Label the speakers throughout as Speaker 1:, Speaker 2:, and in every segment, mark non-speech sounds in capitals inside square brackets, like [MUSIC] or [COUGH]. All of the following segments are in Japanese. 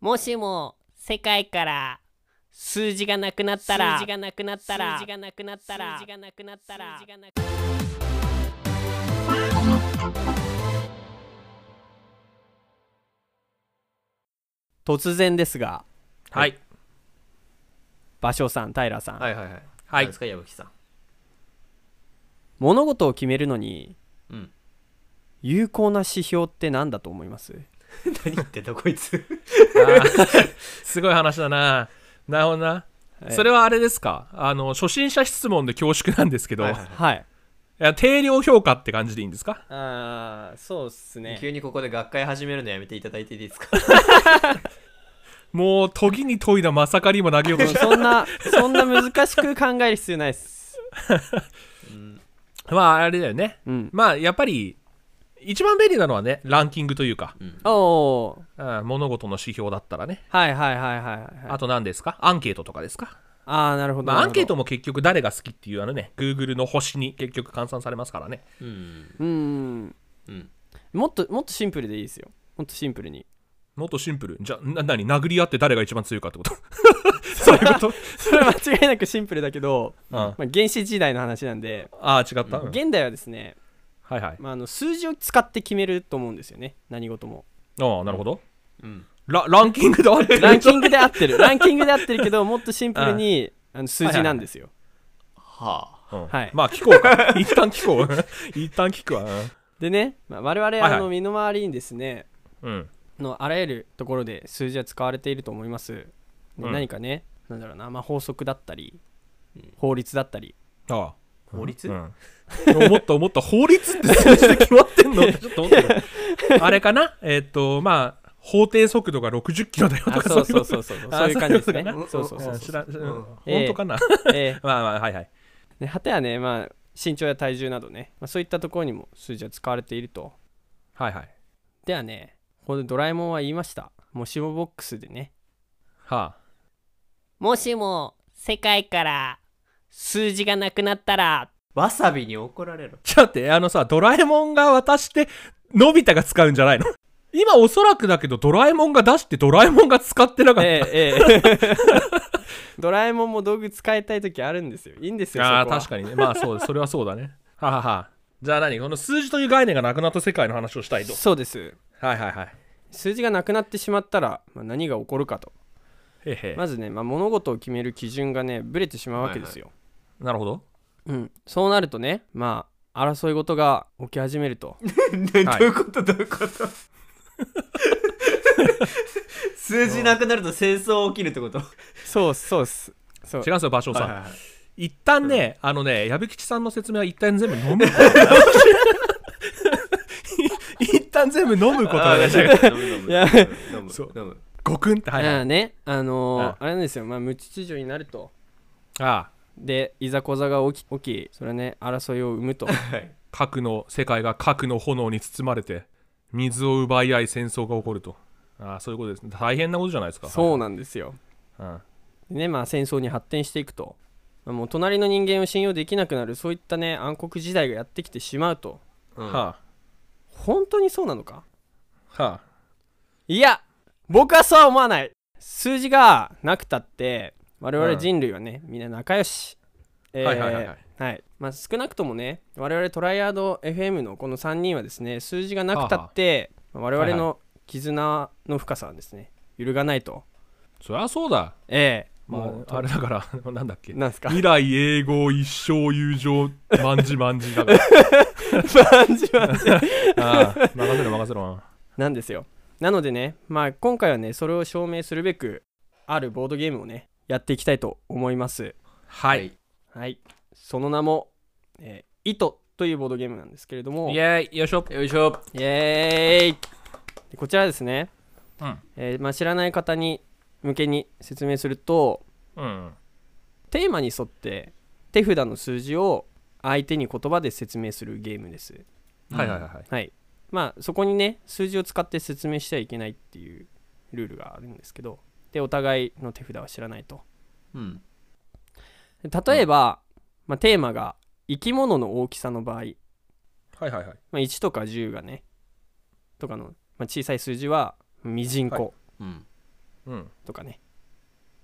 Speaker 1: もしも世界から数字がなくなったら数字がなくなったら数字がなくなったら数字がなくなったら数字がなくなったら突然ですが
Speaker 2: はい
Speaker 1: 芭蕉さん平さん、
Speaker 3: はいはいはい。
Speaker 2: はい
Speaker 3: 何ですか、矢吹さん。
Speaker 1: 物事を決めるのに、
Speaker 3: うん
Speaker 1: 有効な指標って何だと思います
Speaker 3: 何言ってんだ、こいつ。
Speaker 2: あー [LAUGHS] すごい話だななるほどな
Speaker 1: え
Speaker 2: それはあれですかあの初心者質問で恐縮なんですけど、
Speaker 3: はいいはい
Speaker 1: はい
Speaker 2: や定量評価って感じでいいんですか
Speaker 1: ああそうっすね
Speaker 3: 急にここで学会始めるのやめていただいていいですか
Speaker 2: もう研ぎに研いだまさかりも投げよう
Speaker 1: [LAUGHS]
Speaker 2: とし
Speaker 1: そんなそんな難しく考える必要ないっす
Speaker 2: てまああれだよね
Speaker 1: うん
Speaker 2: まあやっぱり一番便利なのはねランキングというか、
Speaker 1: おお
Speaker 2: うん物事の指標だったらね、
Speaker 1: はいはいはいはいはい
Speaker 2: あと何ですかアンケートとかですか、
Speaker 1: ああなるほど
Speaker 2: まあ、
Speaker 1: な
Speaker 2: ア
Speaker 1: るほど
Speaker 2: ンケートも結局誰が好きっていうあのね Google の星に結局換算されますからね
Speaker 3: うん。
Speaker 1: うん
Speaker 3: うん。
Speaker 1: もっともっとシンプルでいいですよもっとシンプルに
Speaker 2: もっとシンプルじゃあな何殴り合って誰が一番強いかってことそういうこと、
Speaker 1: それは間違いなくシンプルだけど、
Speaker 2: うん、
Speaker 1: まあ、原始時代の話なんで
Speaker 2: ああ違った、うん
Speaker 1: 現代はですね、
Speaker 2: はいはい
Speaker 1: まあ、あの数字を使って決めると思うんですよね何事
Speaker 2: [LAUGHS]
Speaker 1: も
Speaker 2: ああなるほど
Speaker 3: うん。
Speaker 2: ラランキングであってる
Speaker 1: ランキングで合ってるランキングで合ってる
Speaker 2: [LAUGHS]
Speaker 1: けどもっとシンプルにあの数字なんですよ、
Speaker 3: は
Speaker 2: うん
Speaker 1: はい
Speaker 2: まあ聞こうか [LAUGHS] 一旦聞こう一旦聞くわ
Speaker 1: でね、まあ、我々
Speaker 2: はいはい
Speaker 1: あの身の回りにですね
Speaker 2: うん、うん
Speaker 1: のあらゆるところで数字は使われていると思います、で
Speaker 2: うん
Speaker 1: 何かねなんだろうな、まあ、法則だったり法律だったり
Speaker 2: ああ
Speaker 3: あ。法律、
Speaker 2: うん、思った思った法律って数字で決まってんのってちょっと思ったのあれかなえーっ、とまあ法定速度が60キロだよ [LAUGHS] と
Speaker 1: あ
Speaker 2: か
Speaker 1: そう
Speaker 2: い
Speaker 1: そうそうそうそういう感じですね
Speaker 2: あ
Speaker 1: そうそうそう
Speaker 2: うん知らん知らん
Speaker 3: うん
Speaker 2: 本当かな、
Speaker 1: え
Speaker 2: まあまあはいはい
Speaker 1: えね、果てはね、まあ、身長や体重などね、まあ、そういったところにも数字は使われていると
Speaker 2: はいはい
Speaker 1: ではねここでドラえもんは言いましたもしもボックスでね
Speaker 2: は
Speaker 1: もしも世界から数字がなくなったら
Speaker 3: わさびに怒られろ
Speaker 2: あ。ちょっと待ってあのさドラえもんが渡してのび太が使うんじゃないの今おそらくだけどドラえもんが出してドラえもんが使ってなかっ
Speaker 1: [LAUGHS]
Speaker 2: た、
Speaker 1: ええええ [LAUGHS] ドラえもんも道具使いたい時あるんですよいいんですよ
Speaker 2: ああ
Speaker 1: そこは
Speaker 2: 確かにねまあそうそれはそうだねはははじゃあ何この数字という概念がなくなった世界の話をしたいと
Speaker 1: そうです
Speaker 2: はいはいはい
Speaker 1: 数字がなくなってしまったら、まあ、何が起こるかと
Speaker 2: へへ、
Speaker 1: まずね、まあ、物事を決める基準がねブレてしまうわけですよ、
Speaker 2: なるほど
Speaker 1: うん、そうなるとねまあ争い事が起き始めると
Speaker 3: ね
Speaker 2: はい
Speaker 3: どういうことどういうこと数字なくなると戦争起きるってこと
Speaker 1: [LAUGHS] そうっすそうっすそう
Speaker 2: 違うんですよ、場所さん。
Speaker 3: はいはいはい
Speaker 2: 一旦ね、あのね、矢部吉さんの説明は一旦全部飲む。一旦全部飲むことが大事だから
Speaker 3: あー飲む飲む
Speaker 1: いや
Speaker 3: 飲む
Speaker 2: そう
Speaker 3: 飲む
Speaker 2: ごくんって入る。
Speaker 1: だか
Speaker 2: あ
Speaker 1: らねあのー
Speaker 2: うん
Speaker 1: あれなんですよ、まあ、無秩序になると
Speaker 2: あ、
Speaker 1: でいざこざが起き起きそれはね争いを生む [LAUGHS] と
Speaker 3: はい
Speaker 2: 核の世界が核の炎に包まれて、水を奪い合い戦争が起こると。ああ、そういうことですね。大変なことじゃないですか。
Speaker 1: そうなんですよ
Speaker 2: うん。あ
Speaker 1: でねまあ戦争に発展していくと、まあもう隣の人間を信用できなくなるそういったね暗黒時代がやってきてしまうと
Speaker 3: うん
Speaker 2: は
Speaker 1: 本当にそうなのか
Speaker 2: あ、はあ。
Speaker 1: いや僕はそうは思わない数字がなくたって我
Speaker 2: う
Speaker 1: 々
Speaker 2: ん
Speaker 1: 人類はね、みんな仲良し、えー
Speaker 2: はいはいはいはい
Speaker 1: はいまあ、少なくともね我々トライアード FM のこの3人はですね数字がなくたって我々
Speaker 2: はい
Speaker 1: の絆の深さはですね揺るがないと
Speaker 2: そりゃそうだ。
Speaker 1: ええ
Speaker 2: も
Speaker 1: も
Speaker 2: う、あれだから、なんだっけ
Speaker 1: う。なんですか [LAUGHS]
Speaker 2: 未来永劫一生友情まんじまんじだから
Speaker 1: 感じは
Speaker 2: [LAUGHS] ああ任せろ任せろ
Speaker 1: なんですよなのでねまあ今回はねそれを証明するべくあるボードゲームをねやっていきたいと思います
Speaker 2: は
Speaker 3: はい
Speaker 2: い
Speaker 1: はい、その名も「えー、糸」というボードゲームなんですけれども
Speaker 2: イ
Speaker 1: イエ
Speaker 2: エーイよいしょ
Speaker 3: よいしょ
Speaker 1: ーイでこちらですね、
Speaker 2: うん
Speaker 1: えーまあ、知らない方に向けに説明すると
Speaker 2: うん
Speaker 1: テーマに沿って手札の数字を相手に言葉で説明するゲームです
Speaker 2: はいはいはいはい
Speaker 1: はいまあそこにね数字を使って説明しちゃいけないっていうルールがあるんですけどでお互いの手札は知らないと
Speaker 3: うん
Speaker 1: で例えば、まあ、テーマが生き物の大きさの場合
Speaker 2: はいはいはい
Speaker 1: まあ、1とか10がねとかの、まあ、小さい数字はみじんこ、
Speaker 3: うん
Speaker 2: うん
Speaker 1: とかね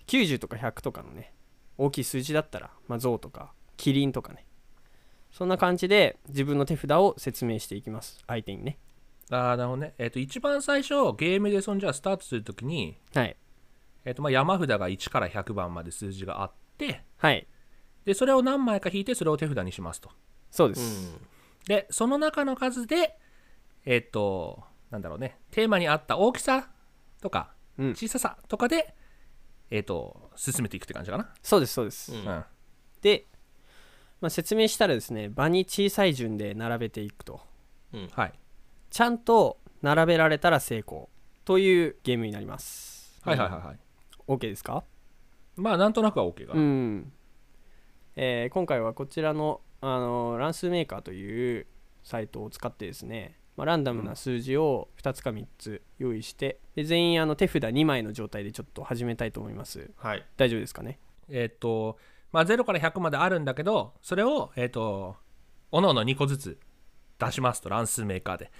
Speaker 1: 90とか100とかのね大きい数字だったら、まあ、象とかキリンとかねそんな感じで自分の手札を説明していきます相手にね
Speaker 2: ああなるほどねえっ、と一番最初ゲームでそんじゃあスタートするときに、
Speaker 1: はい
Speaker 2: えっとまあ、山札が1から100番まで数字があって
Speaker 1: はい
Speaker 2: でそれを何枚か引いてそれを手札にしますと
Speaker 1: そうです、
Speaker 2: でその中の数でえっ、となんだろうねテーマに合った大きさとか
Speaker 1: うん
Speaker 2: 小ささとかで、えっ、と進めていくって感じかな
Speaker 1: そうですそうです、
Speaker 3: うん
Speaker 2: うん
Speaker 1: で、まあ、説明したらですね場に小さい順で並べていくと
Speaker 3: うん
Speaker 2: はい
Speaker 1: ちゃんと並べられたら成功というゲームになります
Speaker 2: はいはいはいはい
Speaker 1: OK ですか
Speaker 2: まあなんとなくは OK が、
Speaker 1: うんえー今回はこちらの、あのー乱数メーカーというサイトを使ってですね、まあ、ランダムな数字を2つか3つ用意してで全員あの手札2枚の状態でちょっと始めたいと思います
Speaker 3: はい
Speaker 1: 大丈夫ですかね
Speaker 2: えっ、と、まあ、0から100まであるんだけど、それを、えっ、と、おのおの2個ずつ出しますと、乱数メーカーで。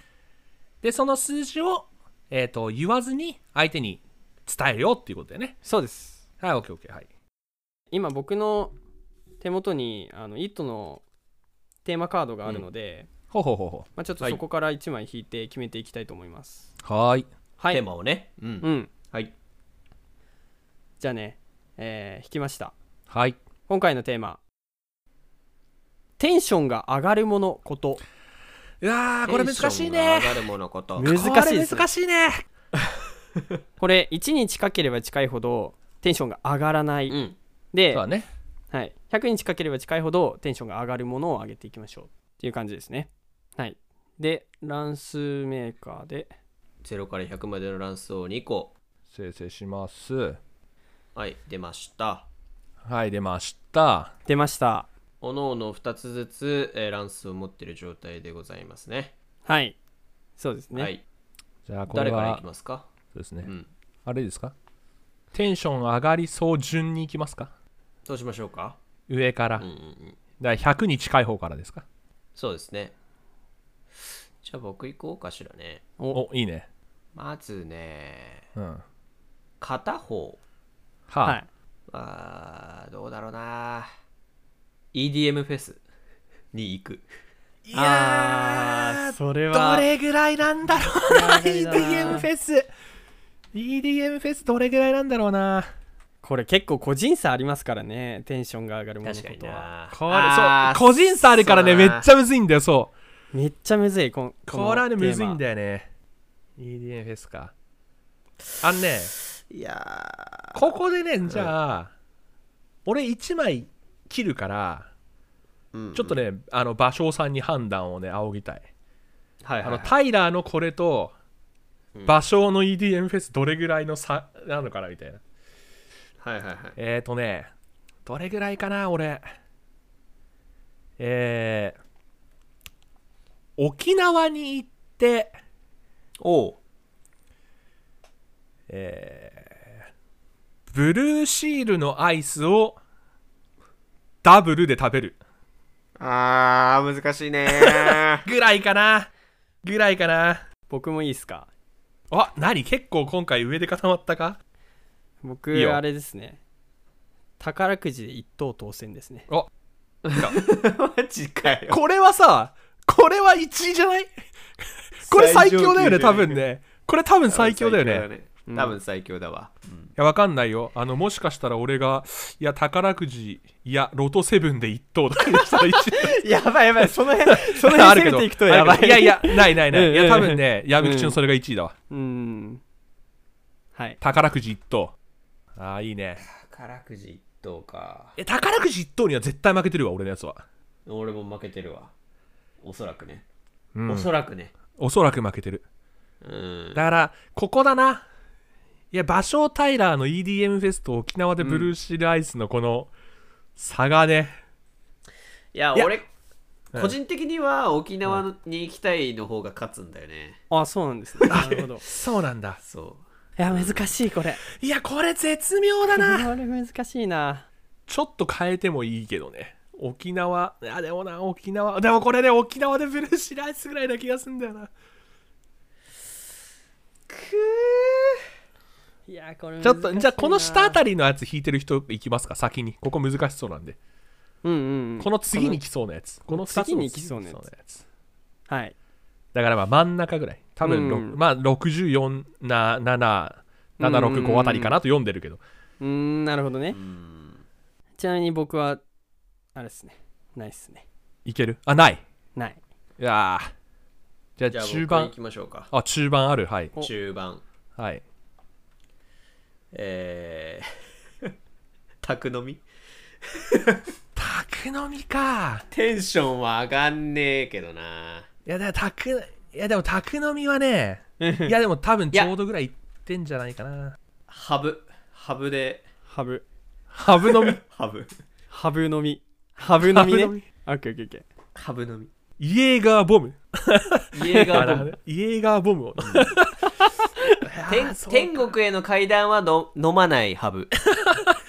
Speaker 2: で、その数字を、えっ、と、言わずに相手に伝えようっていうことだよね。
Speaker 1: そうです
Speaker 2: はい、オッケーオッケー、はい。
Speaker 1: 今僕の手元にあの「イット!」のテーマカードがあるので、
Speaker 2: ほうほうほうほ
Speaker 1: まあ、ちょっと
Speaker 3: はい
Speaker 1: そこから1枚引いて決めていきたいと思います
Speaker 2: う。はーい。
Speaker 1: はい、
Speaker 3: テーマをねうん
Speaker 1: うん
Speaker 3: はい
Speaker 1: じゃあね、えー引きました
Speaker 2: はい。
Speaker 1: 今回のテーマテンションが上がるものこと
Speaker 2: うわー、これ難しい
Speaker 3: テン
Speaker 2: ね
Speaker 3: シ。ョンが上がるものこと
Speaker 1: む難しいですね
Speaker 2: これ難しいね。
Speaker 1: これ1に近ければ近いほどテンションが上がらない、
Speaker 3: うん
Speaker 2: そう
Speaker 1: で、
Speaker 2: だね。
Speaker 1: はい、100に近ければ近いほどテンションが上がるものを上げていきましょうっていう感じですねはいで乱数メーカーで
Speaker 3: 0から100までの乱数を2個
Speaker 2: 生成します。
Speaker 3: はい出ました
Speaker 2: はい、出ました。
Speaker 1: 出ました
Speaker 3: おのおの2つずつ、えー乱数を持ってる状態でございますね
Speaker 1: はいそうですね、
Speaker 3: はい
Speaker 2: じゃあ、こ
Speaker 3: 誰
Speaker 2: れ
Speaker 3: からい
Speaker 2: は
Speaker 3: き、ますか
Speaker 2: そうですね。
Speaker 3: うん
Speaker 2: あれですかテンション上がりそう順にいきますか
Speaker 3: そうしましょうか
Speaker 2: 上から。
Speaker 3: うんうんうん
Speaker 2: だから100に近い方からですか
Speaker 3: そうですねじゃあ僕行こうかしらね
Speaker 2: おいいね
Speaker 3: まずね
Speaker 2: うんは
Speaker 3: 片方
Speaker 2: あ、
Speaker 1: はい、
Speaker 3: はどうだろうな EDM フェスに行く
Speaker 2: い
Speaker 1: ああそれは
Speaker 2: れぐらいなんだろ
Speaker 1: 上がりだな
Speaker 2: EDM フェス EDM フェスどれぐらいなんだろうな
Speaker 1: これ結構個人差ありますからねテンションが上がるものことは
Speaker 2: これそう個人差あるからねめっち
Speaker 3: ゃ
Speaker 2: ゃむずいんだよそう
Speaker 1: めっちゃむずいこんこの
Speaker 2: これはねむずいん
Speaker 1: よ
Speaker 2: だよね EDM フェスかあんね
Speaker 3: いや
Speaker 2: ここでねじゃあ、俺1枚切るから
Speaker 3: ー
Speaker 2: ちょっとね、あの芭蕉さんに判断をね仰ぎたい
Speaker 3: はいは
Speaker 2: あ
Speaker 3: い
Speaker 2: の
Speaker 3: はい
Speaker 2: タイラーのこれと
Speaker 3: うん
Speaker 2: 芭蕉の EDM フェスどれぐらいの差なのかなみたいな
Speaker 3: はいはいはい
Speaker 2: えーとねどれぐらいかな俺えー、沖縄に行って
Speaker 3: おう
Speaker 2: ブルーシールのアイスをダブルで食べる
Speaker 3: あー難しいね
Speaker 2: ぐらいかなぐらいかな
Speaker 1: 僕もいいですか
Speaker 2: あ何結構今回上で固まったか
Speaker 1: 僕
Speaker 2: いいよ
Speaker 1: あれですね宝くじで一等当選です
Speaker 2: [LAUGHS]
Speaker 1: ね
Speaker 3: [LAUGHS] マジかよ
Speaker 2: これはさ、これは1位じゃない [LAUGHS] これ最強だよね、多分ね。これ多分最強だよね。
Speaker 1: ん
Speaker 3: 多分最強だわ
Speaker 2: いや、わかんないよ。あの、もしかしたら俺が、いや、宝くじ、いや、ロトセブンで1等だけにしたら1位 [LAUGHS]
Speaker 1: やばいやばいその辺 [LAUGHS] そ
Speaker 2: あるけどあるけどいやいや、ないないな
Speaker 1: う
Speaker 2: い。
Speaker 1: ん
Speaker 2: いや、多分ね、やみ口のそれが1位だわ。
Speaker 1: うんはい
Speaker 2: 宝くじ1等。ああ、いいね。
Speaker 3: 宝くじ一等か
Speaker 2: え、宝くじ1等には絶対負けてるわ、俺のやつは。
Speaker 3: 俺も負けてるわおそらくね、
Speaker 2: うん
Speaker 3: おそらくね
Speaker 2: おそらく負けてる。
Speaker 3: うん
Speaker 2: だから、ここだな。いや、芭蕉タイラーの EDM フェスと沖縄でブルーシールアイスのこの差がね、
Speaker 3: いや
Speaker 2: いや
Speaker 3: 俺
Speaker 2: うん
Speaker 3: 個人的には沖縄に行きたいの方が勝つんだよね、
Speaker 1: あそうなん
Speaker 2: [LAUGHS]
Speaker 1: ですねなるほどい
Speaker 2: そうなんだ。
Speaker 3: そ
Speaker 1: や難しいこれ
Speaker 2: いや、これ絶妙だ
Speaker 1: こ
Speaker 2: な。
Speaker 1: れ難しいな
Speaker 2: ちょっと変えてもいいけどね。沖縄、いや、でもな、沖縄、でもこれね、沖縄でブルーシールアイスぐらいな気がするんだよな。
Speaker 3: うく
Speaker 1: いやーこれ
Speaker 2: ちょっとじゃあこの下あ
Speaker 1: り
Speaker 2: たりのやつ引いてる人いきますか先にここ難しそうなんで、
Speaker 1: うんうん
Speaker 2: この次に来そうなやつこの二つ
Speaker 1: 次
Speaker 2: の
Speaker 1: に来そうなやつ
Speaker 2: 次に来つ
Speaker 1: はい
Speaker 2: だからまあ真ん中ぐらい多分、ろく
Speaker 1: うん
Speaker 2: まあ64な7 765あたりかなと読んでるけど、
Speaker 1: うーんなるほどね
Speaker 3: うん
Speaker 1: ちなみに僕はあれっすねないっすね
Speaker 2: いけるあない
Speaker 1: ない
Speaker 2: いやーじ
Speaker 3: じ
Speaker 2: ゃ
Speaker 3: ゃあ
Speaker 2: あ中
Speaker 3: 中盤
Speaker 2: 盤
Speaker 3: 行きましょうか
Speaker 2: あ中盤あるはい
Speaker 1: お
Speaker 3: 中盤
Speaker 2: はい
Speaker 3: えー [LAUGHS] 宅飲み
Speaker 2: 宅飲みか
Speaker 3: テンションは上がんねえけどない
Speaker 2: やでも宅いやでも宅飲みはねいやでも多分ちょうどぐらいいってんじゃないかな
Speaker 3: ハブハブで
Speaker 1: ハブ
Speaker 2: ハブ飲み
Speaker 3: ハブ
Speaker 1: ハブのみハブのみね
Speaker 2: ハブの
Speaker 1: あオッケーオッケーオッケー
Speaker 3: ハブ飲み
Speaker 2: イエーガーボム
Speaker 3: 家が
Speaker 2: [LAUGHS] あれイエーガーボムを
Speaker 3: 天天国への階段はの飲まないハブ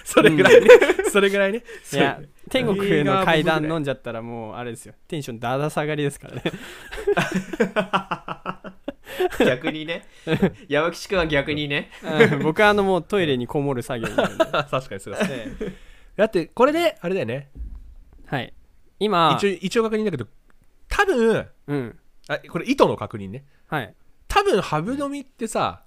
Speaker 2: それぐらいね、それぐらいね
Speaker 1: いや天国への階段
Speaker 2: 映画
Speaker 1: 飲んじゃったらもうあれですよテンションだだ下がりですからね
Speaker 3: [LAUGHS] 逆にね山岸君は逆にね
Speaker 1: うん [LAUGHS] 僕はあのもうトイレにこもる作業になるんで
Speaker 2: [LAUGHS] 確かにそうですねだってこれであれだよね
Speaker 1: はい今
Speaker 2: 一応一応確認だけど多分
Speaker 1: うん
Speaker 2: あこれ糸の確認ね
Speaker 1: はい
Speaker 2: 多分ハブ飲みってさ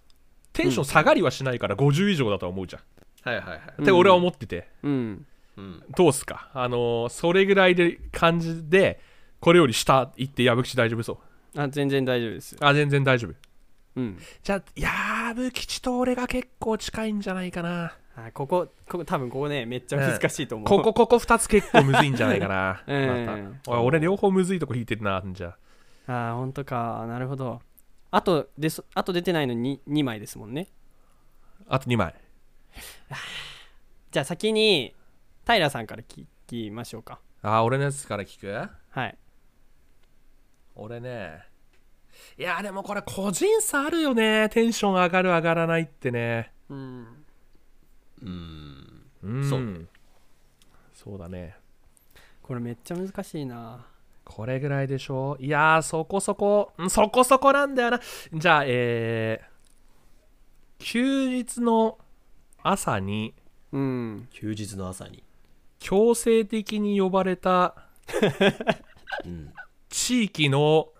Speaker 2: テンション下がりはしないから50以上だとは思うじゃん、
Speaker 3: はいはいはい、
Speaker 1: うん
Speaker 2: って俺は思ってて
Speaker 1: うん
Speaker 3: うん、
Speaker 2: どうっすかあのーそれぐらいで感じでこれより下行って矢吹大丈夫そう
Speaker 1: あ全然大丈夫です
Speaker 2: あ全然大丈夫
Speaker 1: うん
Speaker 2: じゃあ矢吹と俺が結構近いんじゃないかな
Speaker 1: あここここ多分ここねめっちゃ難しいと思う、
Speaker 2: ここここ2つ結構むずいんじゃない
Speaker 1: [LAUGHS]
Speaker 2: かな
Speaker 1: うん
Speaker 2: またおい俺両方むずいとこ引いてるなじゃ
Speaker 1: ああ本当かなるほどあとでそあと出てないのに2枚ですもんね
Speaker 2: ああと2枚
Speaker 1: じゃあ先に平さんから聞きましょうか
Speaker 2: あー俺のやつから聞く
Speaker 1: はい
Speaker 2: 俺ねいやーでもこれ個人差あるよねテンション上がる上がらないってね
Speaker 1: うん
Speaker 3: うん
Speaker 2: うん
Speaker 3: そう
Speaker 2: そうだね
Speaker 1: これめっちゃ難しいな
Speaker 2: これぐらいでしょいやーそこそこうんそこそこなんだよなじゃあえー、休日の朝に
Speaker 1: うん
Speaker 3: 休日の朝に、
Speaker 2: 強制的に呼ばれた
Speaker 3: [LAUGHS] うん、
Speaker 2: 地域の、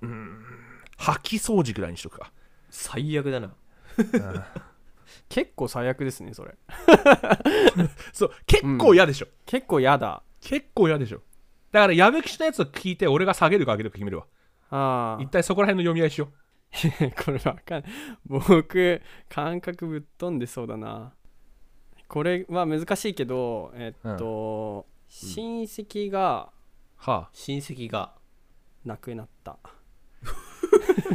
Speaker 2: うん、掃き掃除ぐらいにしとくか。
Speaker 3: 最悪だな
Speaker 1: 結構最悪ですねそれ
Speaker 2: そう、結構嫌でしょ。
Speaker 1: 結構やだ
Speaker 2: 結構嫌でしょ。だから、矢吹のやつを聞いて、俺が下げるか上げるか決めるわ。
Speaker 1: あ
Speaker 2: 一体そこら辺の読み合いしよ
Speaker 1: あ [LAUGHS] これわかんない僕感覚ぶっ飛んでそうだなこれは難しいけどえっと、親戚が
Speaker 2: う。は
Speaker 3: 親戚が
Speaker 1: 亡くなった。親
Speaker 2: あ。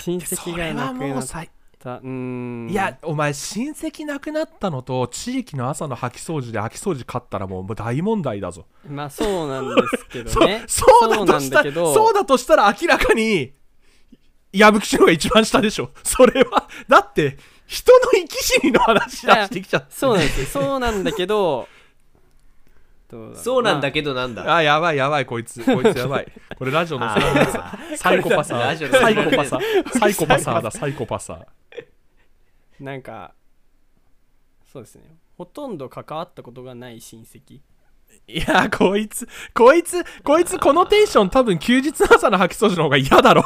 Speaker 1: 戚が亡くなった。うーん。
Speaker 2: いや、、お前、親戚亡くなったのと、地域の朝の掃き掃除で掃き掃除勝ったらもうもう大問題だぞ。。
Speaker 1: まあそうなんですけどね
Speaker 2: そうだと
Speaker 1: そうなん
Speaker 2: した
Speaker 1: だ
Speaker 2: ら、
Speaker 1: け
Speaker 2: そ
Speaker 1: ど
Speaker 2: うだとしたら明らかに、矢吹城が一番下でしょ。それは、だって、人の生き死にの話だしてきちゃった。
Speaker 1: そうなんですよ。そうなんだけど、どう
Speaker 3: そうなんだ
Speaker 1: け
Speaker 3: けどなんだ
Speaker 2: あ、やばいやばい、こいつ。こいつやばい。これラジオのせいなんです
Speaker 3: あー
Speaker 2: サイコパサ
Speaker 3: ラ
Speaker 2: ー。
Speaker 3: ジオの
Speaker 2: サイコパサ
Speaker 3: ー
Speaker 2: ー。サイコパサーだ、サイコパサー。
Speaker 1: ど。なんか、そうですね。ほとんど関わったことがない親戚。
Speaker 2: いやー、こいつ、こいつ、こいつ、このテンション多分休日の朝の吐き掃除の方が嫌だろ。
Speaker 1: い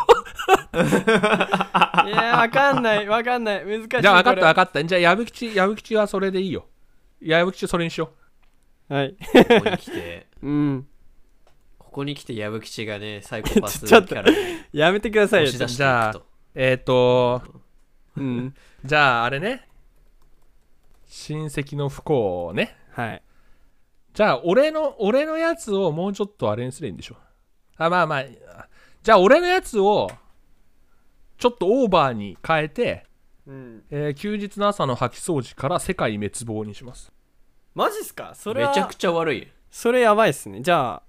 Speaker 1: やー、わかんない。わかんない。難しい。
Speaker 2: [LAUGHS] じゃあ、分か
Speaker 1: こ
Speaker 2: った
Speaker 1: れ
Speaker 2: 分かった。じゃあ、矢吹吉、矢吹吉はそれでいいよ。いや矢吹吉それにしよ
Speaker 1: はい。
Speaker 3: ここに来て
Speaker 1: うん。
Speaker 3: ここに来て矢吹吉がねサイコパスキ
Speaker 1: ちょっと
Speaker 3: ャラに
Speaker 1: やめてくださいよ
Speaker 3: 押し。出していくと
Speaker 2: じゃあう。えっ、ー、と、
Speaker 1: うん。
Speaker 2: じゃあ、あれね。親戚の不幸をね。
Speaker 1: はい。
Speaker 2: じゃあ、俺の、俺のやつをもうちょっとあれにすればいいんでしょ。あ、まあまあ、じゃあ、俺のやつを、ちょっとオーバーに変えて、
Speaker 1: うん。
Speaker 2: えー休日の朝の掃き掃除から世界滅亡にします。
Speaker 1: マジっすかそれ
Speaker 3: め
Speaker 1: は
Speaker 3: ちゃくちゃ悪い
Speaker 1: それやばいっすね。じゃあ、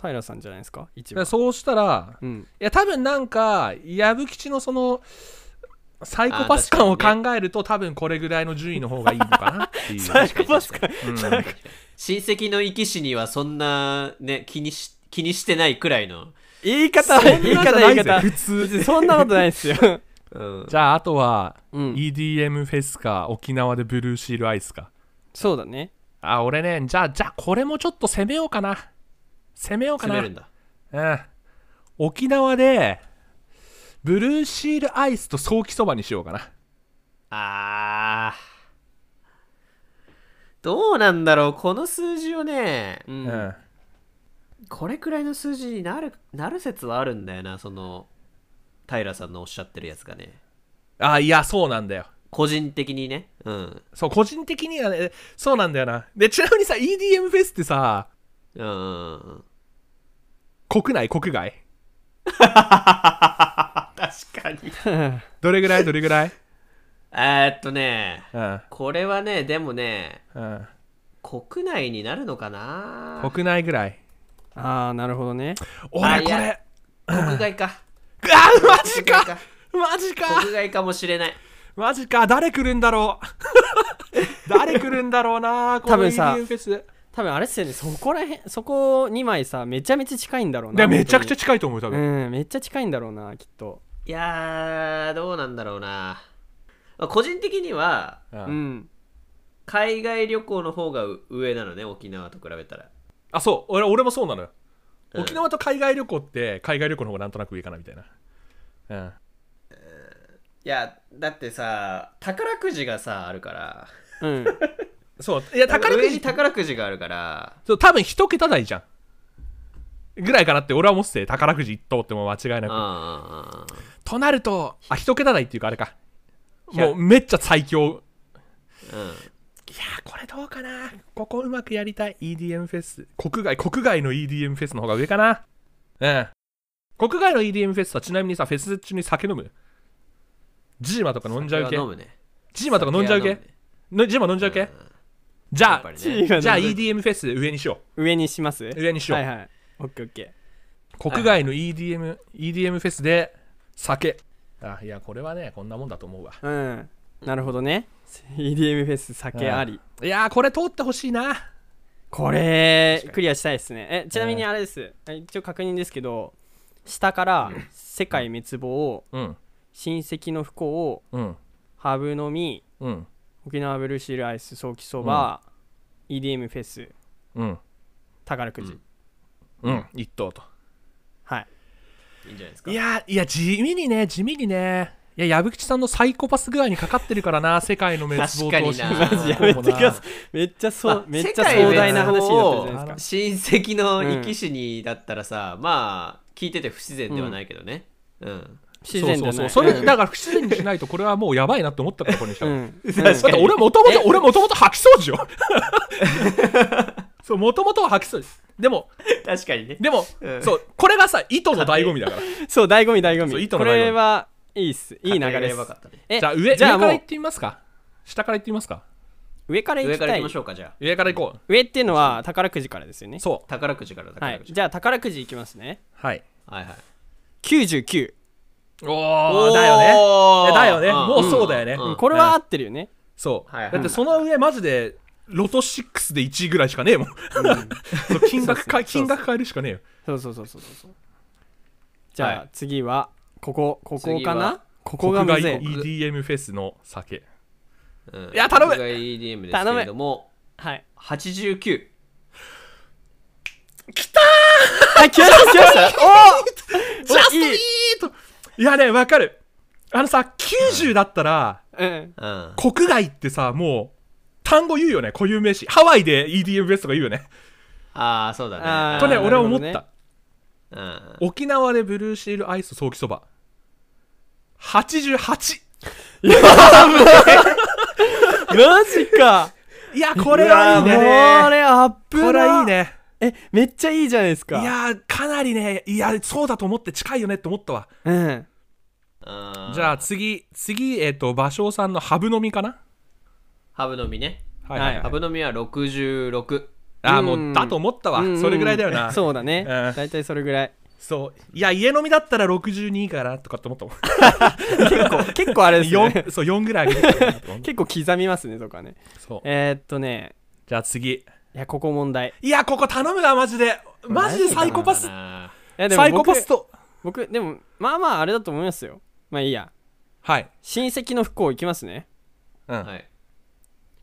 Speaker 1: 平さんじゃないですか一
Speaker 2: だから
Speaker 1: 番。
Speaker 2: そうしたら、
Speaker 1: うん。
Speaker 2: いや、多分なんか、矢吹吉のその、サイコパス感を
Speaker 3: あー確かに
Speaker 2: 考えると、多分これぐらいの順位の方がいいのか
Speaker 3: [LAUGHS]
Speaker 2: なっていう。
Speaker 1: サイコパスか。
Speaker 2: うん
Speaker 3: 親戚の生き死にはそんなね気にし気にしてないくらいの
Speaker 1: 言い方、
Speaker 2: そんな
Speaker 1: 言い
Speaker 2: じゃ
Speaker 1: 方、
Speaker 2: ない
Speaker 1: 言い
Speaker 2: ぜ
Speaker 1: 方。
Speaker 2: 普通。 [LAUGHS]
Speaker 1: そんなことないですよ。
Speaker 3: うん
Speaker 2: じゃああとは
Speaker 1: うん
Speaker 2: EDM フェスか沖縄でブルーシールアイスか
Speaker 1: そうだね
Speaker 2: あ俺ねじゃあじゃあこれもちょっと攻めようかな攻めようか
Speaker 3: 攻
Speaker 2: な
Speaker 3: めるんだ
Speaker 2: うん沖縄でブルーシールアイスとソーキそばにしようかな
Speaker 3: あーどうなんだろうこの数字をね
Speaker 1: うん、
Speaker 2: うん
Speaker 3: これくらいの数字になるなる説はあるんだよなその平さんのおっしゃってるやつがね
Speaker 2: あいやそうなんだよ
Speaker 3: 個人的にねうん
Speaker 2: そう個人的にはねそうなんだよなでちなみにさ EDM フェスってさ
Speaker 3: うんうんうん [LAUGHS]
Speaker 2: 国内国外
Speaker 3: 確かに
Speaker 2: どれぐらいどれぐらい
Speaker 3: えーっとね
Speaker 2: うん
Speaker 3: これはねでもね
Speaker 2: うん
Speaker 3: 国内になるのかな
Speaker 2: 国内ぐらい
Speaker 1: ああなるほどね
Speaker 2: 俺
Speaker 3: あい
Speaker 2: これ
Speaker 3: や
Speaker 2: あ
Speaker 3: 国外か
Speaker 2: ーマジ
Speaker 3: 国外
Speaker 2: か
Speaker 3: か
Speaker 2: マジか
Speaker 3: 国外かもしれない
Speaker 2: マジか誰来るんだろう [LAUGHS] 誰来るんだろうなこ
Speaker 1: 多
Speaker 2: の
Speaker 1: 分さ
Speaker 2: EDM フェス
Speaker 1: 多分あれっすよねそこらへんそこ2枚さめちゃめちゃ近いんだろう
Speaker 2: で
Speaker 1: な
Speaker 2: めちゃくちゃ
Speaker 1: ゃ
Speaker 2: 近いと思う多分、
Speaker 1: うんめっちゃ近いんだろうなきっと
Speaker 3: いやーどうなんだろうなまあ個人的には
Speaker 2: う
Speaker 1: う
Speaker 2: ん
Speaker 1: ん
Speaker 3: 海外旅行の方が上なのね沖縄と比べたら
Speaker 2: あそう俺俺もそうなのよ、
Speaker 3: うん
Speaker 2: 沖縄と海外旅行って海外旅行の方がなんとなく上かなみたいなうん
Speaker 3: いやだってさ宝くじがさあるから
Speaker 1: うん
Speaker 2: そういや宝く
Speaker 3: 上に
Speaker 2: じ
Speaker 3: 宝くじがあるから
Speaker 2: そう多分一桁台じゃんぐらいかなって俺は思ってて宝くじ一等ってもう間違いな
Speaker 3: うんう
Speaker 2: く、
Speaker 3: んうん
Speaker 2: となるとあ一桁台っていうかあれか
Speaker 3: いや
Speaker 2: もうめっちゃ最強
Speaker 3: うんうん
Speaker 2: いやーこれどうかなここうまくやりたい EDM フェス国外国外の EDM フェスの方が上かなうん国外の EDM フェスはちなみにさフェス中に酒飲むジーマとか飲んじゃう
Speaker 3: 酒
Speaker 2: 系
Speaker 3: は飲むね
Speaker 2: ジーマとか飲んじゃう
Speaker 3: 酒
Speaker 2: 系
Speaker 3: は飲むね
Speaker 2: のジーマ飲んじゃう系じ
Speaker 3: やっ
Speaker 2: ゃ
Speaker 3: ぱ
Speaker 2: あ、
Speaker 3: り
Speaker 1: いい
Speaker 3: ね
Speaker 1: よ
Speaker 2: じゃあ
Speaker 1: な
Speaker 2: EDM フェス上にしよ
Speaker 1: 上にします
Speaker 2: う上にしよう、
Speaker 1: はいはいオッケーオッケ
Speaker 2: 国外の EDM、EDM フェスで酒あいやこれはねこんなもんだと思うわ
Speaker 1: ーうんなるほどね EDM フェス酒あり
Speaker 2: いやーこれ通ってほしいな
Speaker 1: これクリアしたいですねえちなみにあれです一応確認ですけど下から世界滅亡
Speaker 2: うん
Speaker 1: 親戚の不幸
Speaker 2: うん
Speaker 1: ハブのみ
Speaker 2: うん
Speaker 1: 沖縄ブルーシールアイス早期そば、EDM フェス
Speaker 2: うん
Speaker 1: 宝くじ、
Speaker 2: うん一等と
Speaker 1: はい
Speaker 3: いいんじゃないですか
Speaker 2: いやいや地味にね地味にねいや矢吹さんのサイコパス具合にかかってるからな世界の滅
Speaker 3: 確
Speaker 2: 亡
Speaker 3: か
Speaker 2: と
Speaker 3: になマジ
Speaker 1: [LAUGHS] やめてくださいめっちゃそう、
Speaker 3: まあ
Speaker 1: めっちゃ
Speaker 3: 世界
Speaker 1: 壮
Speaker 3: 滅
Speaker 1: 大な話になってるじゃない
Speaker 2: 亡
Speaker 1: で
Speaker 2: を
Speaker 1: す
Speaker 3: 親戚の生き死にだったらさ、まあ聞いてて不自然ではないけどねうん、
Speaker 1: か自然じ
Speaker 2: そ
Speaker 1: ゃ
Speaker 2: う
Speaker 1: な
Speaker 2: そう
Speaker 1: い
Speaker 2: そうそれ
Speaker 1: うん
Speaker 2: だから不自然にしないとこれはもうやばいなって思ったからこれにした
Speaker 1: う
Speaker 2: の
Speaker 1: ん、
Speaker 3: 確
Speaker 2: だっ
Speaker 3: か
Speaker 2: て
Speaker 3: に
Speaker 2: 俺もともと俺もともと吐きそ
Speaker 1: [LAUGHS]
Speaker 2: うじゃそうもともとは吐きそうですでも
Speaker 3: 確かにね
Speaker 2: [LAUGHS] でも、
Speaker 3: うん
Speaker 2: そうこれがさ糸の醍醐味だから
Speaker 1: そう醍醐味醍醐
Speaker 2: そう
Speaker 1: 味
Speaker 2: 糸
Speaker 1: こ
Speaker 2: の醍醐味
Speaker 1: れはいいっすいい流れ
Speaker 3: 家庭が
Speaker 1: です
Speaker 3: やばかったね
Speaker 1: え
Speaker 2: じゃあ上
Speaker 1: じゃあ
Speaker 2: 上か
Speaker 1: も
Speaker 2: ら
Speaker 1: う
Speaker 2: 行ってみますか下から行ってみますか
Speaker 1: 上から行
Speaker 3: 上
Speaker 1: き
Speaker 3: から
Speaker 1: た
Speaker 3: 行
Speaker 1: い
Speaker 3: きま
Speaker 1: 上
Speaker 3: しょうかじゃあ
Speaker 2: 上から行こ
Speaker 1: っていうのは宝くじからですよね
Speaker 2: うそう
Speaker 3: 宝くじから
Speaker 1: は
Speaker 3: 宝
Speaker 1: い
Speaker 3: くじ、
Speaker 1: じゃあ宝くじいきますね
Speaker 2: はい
Speaker 3: はいはい
Speaker 1: 99、
Speaker 2: おーだよね
Speaker 3: よ
Speaker 2: だよねもうそうだよね
Speaker 1: うんこれは合ってるよね、
Speaker 2: そう、
Speaker 3: はいはい
Speaker 2: だってその上マジでロト6で1位ぐらいしかねえもん、 [LAUGHS] そう金額か金額変えるしかねえよ
Speaker 1: そうそうそうそうそうじゃあ、
Speaker 2: は
Speaker 1: 次はここここ
Speaker 3: 次
Speaker 1: かな
Speaker 3: は
Speaker 1: ここがむずい
Speaker 2: 国外 EDM フェスの酒
Speaker 3: うん
Speaker 2: いや頼む
Speaker 3: 僕が EDM ですけれども
Speaker 1: はい
Speaker 3: 89
Speaker 1: はい来ました来ま
Speaker 2: [LAUGHS]
Speaker 1: したおー
Speaker 2: ジャストいいといやねわかるあのさ90だったら、
Speaker 1: うん、
Speaker 3: うん
Speaker 2: 国外ってさもう単語言うよね固有名詞ハワイで EDM フェスとか言うよね
Speaker 3: ああそうだね
Speaker 1: あー
Speaker 2: と
Speaker 1: な
Speaker 2: ね
Speaker 1: るほ
Speaker 2: 俺
Speaker 1: ど
Speaker 2: は
Speaker 1: ね
Speaker 2: 思った、
Speaker 3: うん
Speaker 2: 沖縄でブルーシールアイスとソーキそば88
Speaker 1: マジか
Speaker 2: いやこれはいい
Speaker 1: やこ
Speaker 2: ね
Speaker 1: れアップ
Speaker 2: これはいいね
Speaker 1: えめっちゃいいじゃないです
Speaker 2: い
Speaker 1: か
Speaker 2: やーかなりねいやそうだと思って近いよねって思ったわ
Speaker 1: うん
Speaker 3: うん
Speaker 2: じゃあ次次えっ、と芭蕉さんのハブ飲みかな
Speaker 3: ハブのみね
Speaker 2: はいはい、
Speaker 3: ハブのみは66
Speaker 2: あー
Speaker 1: うん
Speaker 2: もうだと思ったわ
Speaker 1: うんうん
Speaker 2: それぐらいだよ
Speaker 1: [LAUGHS]
Speaker 2: な
Speaker 1: そうだね
Speaker 2: うん
Speaker 1: 大体それぐらい [LAUGHS]
Speaker 2: そういや家飲みだったら62かなとかって思ったもん
Speaker 1: 結構結構あれですね
Speaker 2: 4そう4ぐらい上げてきたなと思った
Speaker 1: [LAUGHS] 結構刻みますねそこはね
Speaker 2: そう
Speaker 1: えー、っとね
Speaker 2: じゃあ次
Speaker 1: いやここ問題い
Speaker 2: いやここ頼むなマジでマジでサイコパス
Speaker 3: あ
Speaker 1: やでも
Speaker 2: サイコ
Speaker 1: 僕
Speaker 2: パスと
Speaker 1: 僕でもまあまああれだと思いますよまあいいや
Speaker 2: はい。
Speaker 1: 親戚の不幸いきますね
Speaker 2: うん。
Speaker 3: はい。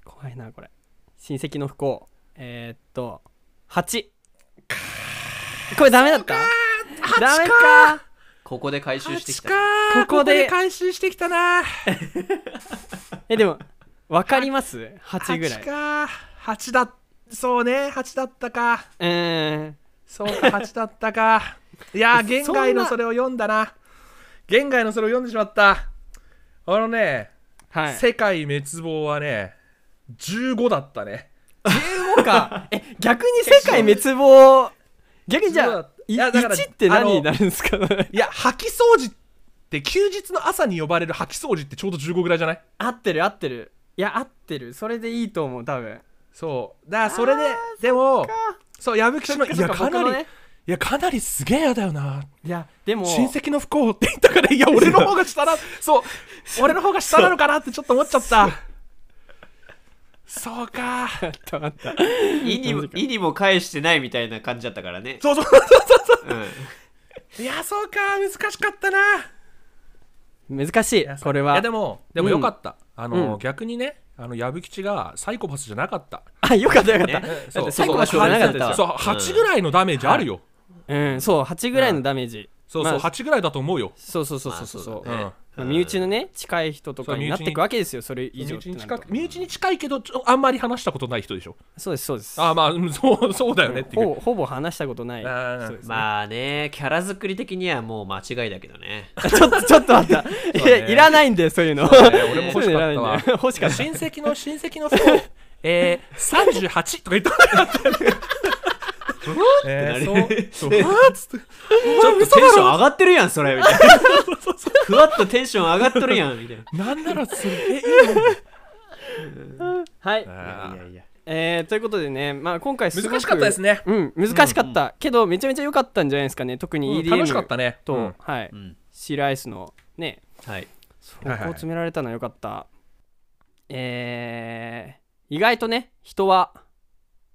Speaker 1: 怖いなこれ親戚の不幸えー、っと8これダメだったダメか
Speaker 3: ここで回収してき
Speaker 2: 8
Speaker 3: た。
Speaker 2: か
Speaker 1: ここで
Speaker 2: ここで回収してきたな
Speaker 1: えでも分かります8ぐらい
Speaker 2: 8か8だそうね8だったか
Speaker 1: うーん
Speaker 2: そうか8だ
Speaker 1: [LAUGHS]
Speaker 2: ったかいやー
Speaker 1: そ
Speaker 2: 言
Speaker 1: んな
Speaker 2: 外のそれを読んだな言外のそれを読んでしまったあのね、
Speaker 1: はい
Speaker 2: 世界滅亡はね15だったね
Speaker 1: 15かえ逆に世界滅亡逆にじゃあ
Speaker 2: い
Speaker 1: い
Speaker 2: やだから
Speaker 1: 1って
Speaker 2: あ
Speaker 1: 何
Speaker 2: の
Speaker 1: になるんですか
Speaker 2: いや掃き掃除って休日の朝に呼ばれる掃き掃除ってちょうど15ぐらいじゃない
Speaker 1: 合ってる合ってるいや合ってるそれでいいと思う多分
Speaker 2: そうだからそれででもそう矢吹氏のいや
Speaker 1: そっ
Speaker 2: か
Speaker 1: か
Speaker 2: な
Speaker 1: 僕の
Speaker 2: り、
Speaker 1: ね
Speaker 2: いやかなりすげえやだよない
Speaker 1: やでも
Speaker 2: 親戚の不幸って言ったからいや俺の方が下なそう俺の方が下なのかなってちょっと思っちゃったそう
Speaker 1: あ
Speaker 2: か
Speaker 1: ったあった
Speaker 3: 意にも、意にも返してないみたいな感じだったからね。
Speaker 2: そうそうそうそうそ
Speaker 3: うん。
Speaker 2: [LAUGHS] ういやそうか難しかったな
Speaker 1: 難しいこれ
Speaker 2: い
Speaker 1: は
Speaker 2: やでもでも
Speaker 1: うん
Speaker 2: よかった、あの、
Speaker 1: うん
Speaker 2: 逆にねあの矢吹吉がサイコパスじゃなかった
Speaker 1: あよかったよかった
Speaker 3: ね
Speaker 1: だって
Speaker 2: そ
Speaker 1: 最
Speaker 2: う
Speaker 1: 後はしょうがなかったです
Speaker 2: そう
Speaker 1: よ
Speaker 2: 8ぐらいのダメージあるよ、
Speaker 1: うんそう8ぐらいのダメージ
Speaker 2: そうそう、
Speaker 1: まあ
Speaker 2: 8ぐらいだと思うよ
Speaker 1: そうそうそう
Speaker 3: ま
Speaker 1: そ
Speaker 3: あ
Speaker 1: うそう
Speaker 3: そう
Speaker 2: う
Speaker 3: だね
Speaker 2: ん
Speaker 1: まあ身内のね近い人とか
Speaker 2: そう
Speaker 1: に
Speaker 2: 身
Speaker 1: な
Speaker 2: 内
Speaker 1: っ
Speaker 2: に
Speaker 1: ていくわけですよそれ以
Speaker 2: 身
Speaker 1: 上っ
Speaker 2: 内
Speaker 1: て
Speaker 2: に
Speaker 1: なると
Speaker 2: 近く身内に近いけどちょあんまり話したことない人でしょ
Speaker 1: そうですそうです
Speaker 2: あーまあうんそうそうだよねっていう
Speaker 1: ほぼほぼ話したことない
Speaker 2: あー
Speaker 1: そうですね
Speaker 3: まあね、キャラ作り的にはもう間違いだけどね。
Speaker 1: [LAUGHS] ちょっと、ちょっと待った。いや、いらないんだよ、そういうの。
Speaker 2: 俺も欲しかったわ
Speaker 1: そういうのいらないんだよ [LAUGHS] 欲しかった。
Speaker 2: 親戚の親戚の不幸 [LAUGHS] えー、38とか言 [LAUGHS] ったえーそうそう
Speaker 3: ちょっとテンション上がってるやん、それ、み
Speaker 2: [LAUGHS]
Speaker 3: たいな。ふわっとテンション上がっとるやん、みたいな。
Speaker 2: なんならそれえいい
Speaker 1: はい。
Speaker 2: の
Speaker 3: いやいや。。
Speaker 1: えー、ということでね、まあ、今回すごく
Speaker 2: 難しかったです。ね、
Speaker 1: うん、難しかった。けど、めちゃめちゃ良かったんじゃないですかね。特
Speaker 2: うん
Speaker 1: に
Speaker 2: 楽しかった
Speaker 1: EDM
Speaker 2: ねう
Speaker 1: と
Speaker 2: ん、
Speaker 1: はいう
Speaker 3: ん。
Speaker 1: シーライスのね、
Speaker 3: はい。
Speaker 1: そ
Speaker 2: はい
Speaker 1: こを
Speaker 2: はい
Speaker 1: 詰められたのは良かった。えー、意外とね、人は、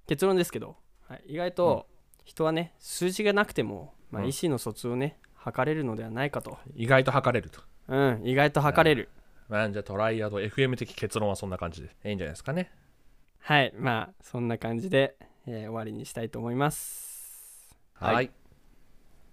Speaker 1: 結論ですけど、はい意外と人はね、数字がなくても、まあ、
Speaker 2: うん
Speaker 1: 意思の疎通をね、測れるのではないかと。
Speaker 2: 意外と測れると、
Speaker 1: うん、意外と測れる。
Speaker 2: まあ、じゃあトライアド FM 的結論はそんな感じでいいんじゃないですかね
Speaker 1: はいまあそんな感じで、えー終わりにしたいと思います
Speaker 2: はい、
Speaker 3: は